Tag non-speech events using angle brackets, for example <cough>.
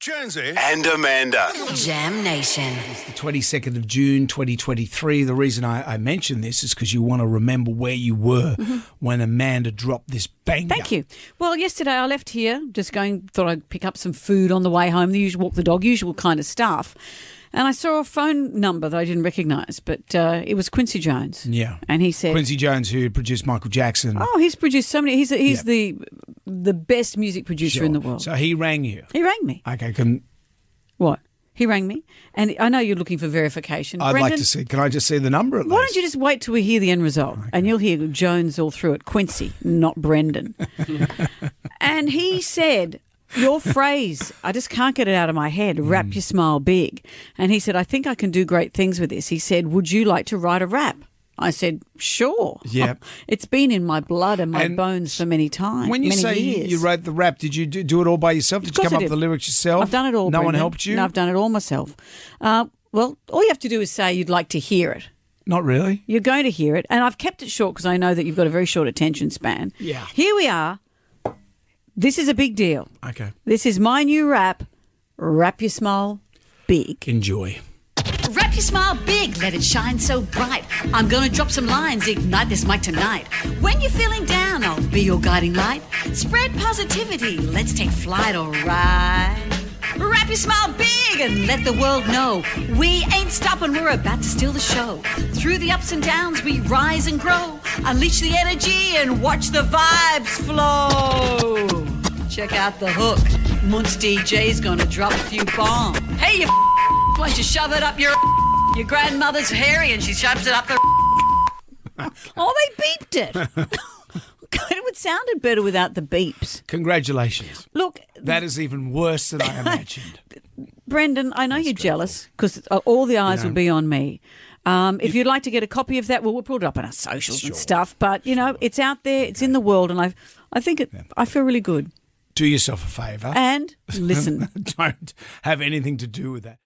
Jonesy. and Amanda. Jam Nation. the 22nd of June 2023. The reason I, I mention this is because you want to remember where you were when Amanda dropped this banger. Mm-hmm. Thank you. Well, yesterday I left here just going, thought I'd pick up some food on the way home, the usual walk the dog, usual kind of stuff. And I saw a phone number that I didn't recognise, but uh, it was Quincy Jones. Yeah. And he said, Quincy Jones, who produced Michael Jackson. Oh, he's produced so many. He's, he's Yeah. the the best music producer in the world. So he rang you. he rang me. Okay, can What? He rang me. And I know you're looking for verification. I'd Brendan, like to see. Can I just see the number at least? Why don't you just wait till we hear the end result and you'll hear Jones all through it? Quincy, not <laughs> Brendan. and he said, Your phrase, I just can't get it out of my head, Mm. wrap your smile big. And he said, I think I can do great things with this. He said, Would you like to write a rap? I said, Sure. Yep. <laughs> It's been in my blood and my And bones for many times. When you many say you- years. you wrote the rap, did you do, do it all by yourself? Did you course come I up with did. the lyrics yourself? I've done it all. No one Brendan. helped you? No, I've done it all myself. Uh, well, all you have to do is say you'd like to hear it. Not really. You're going to hear it. And I've kept it short because I know that you've got a very short attention span. Yeah. Here we are. This is a big deal. Okay. This is my new rap. Wrap your smile big. Enjoy. Wrap your smile big, let it shine so bright. I'm gonna drop some lines, ignite this mic tonight. When you're feeling down, I'll be your guiding light. Spread positivity, let's take flight, alright. Wrap your smile big and let the world know we ain't stopping, we're about to steal the show. Through the ups and downs, we rise and grow. Unleash the energy and watch the vibes flow. Check out the hook. Munz DJ's gonna drop a few bombs. Hey, you why don't you shove it up your <laughs> your grandmother's hairy and she shoves it up <laughs> her Oh, they beeped it. <laughs> God, it would sounded better without the beeps. Congratulations. Look, That is even worse than <laughs> I imagined. Brendan, I know you're jealous because all the eyes will be on me. Um, if you'd like to get a copy of that, well, we'll put it up on our socials and stuff. But you know, it's out there, it's in the world, and I, I think it, I feel really good. do yourself a favour. And listen. <laughs> don't have anything to do with that.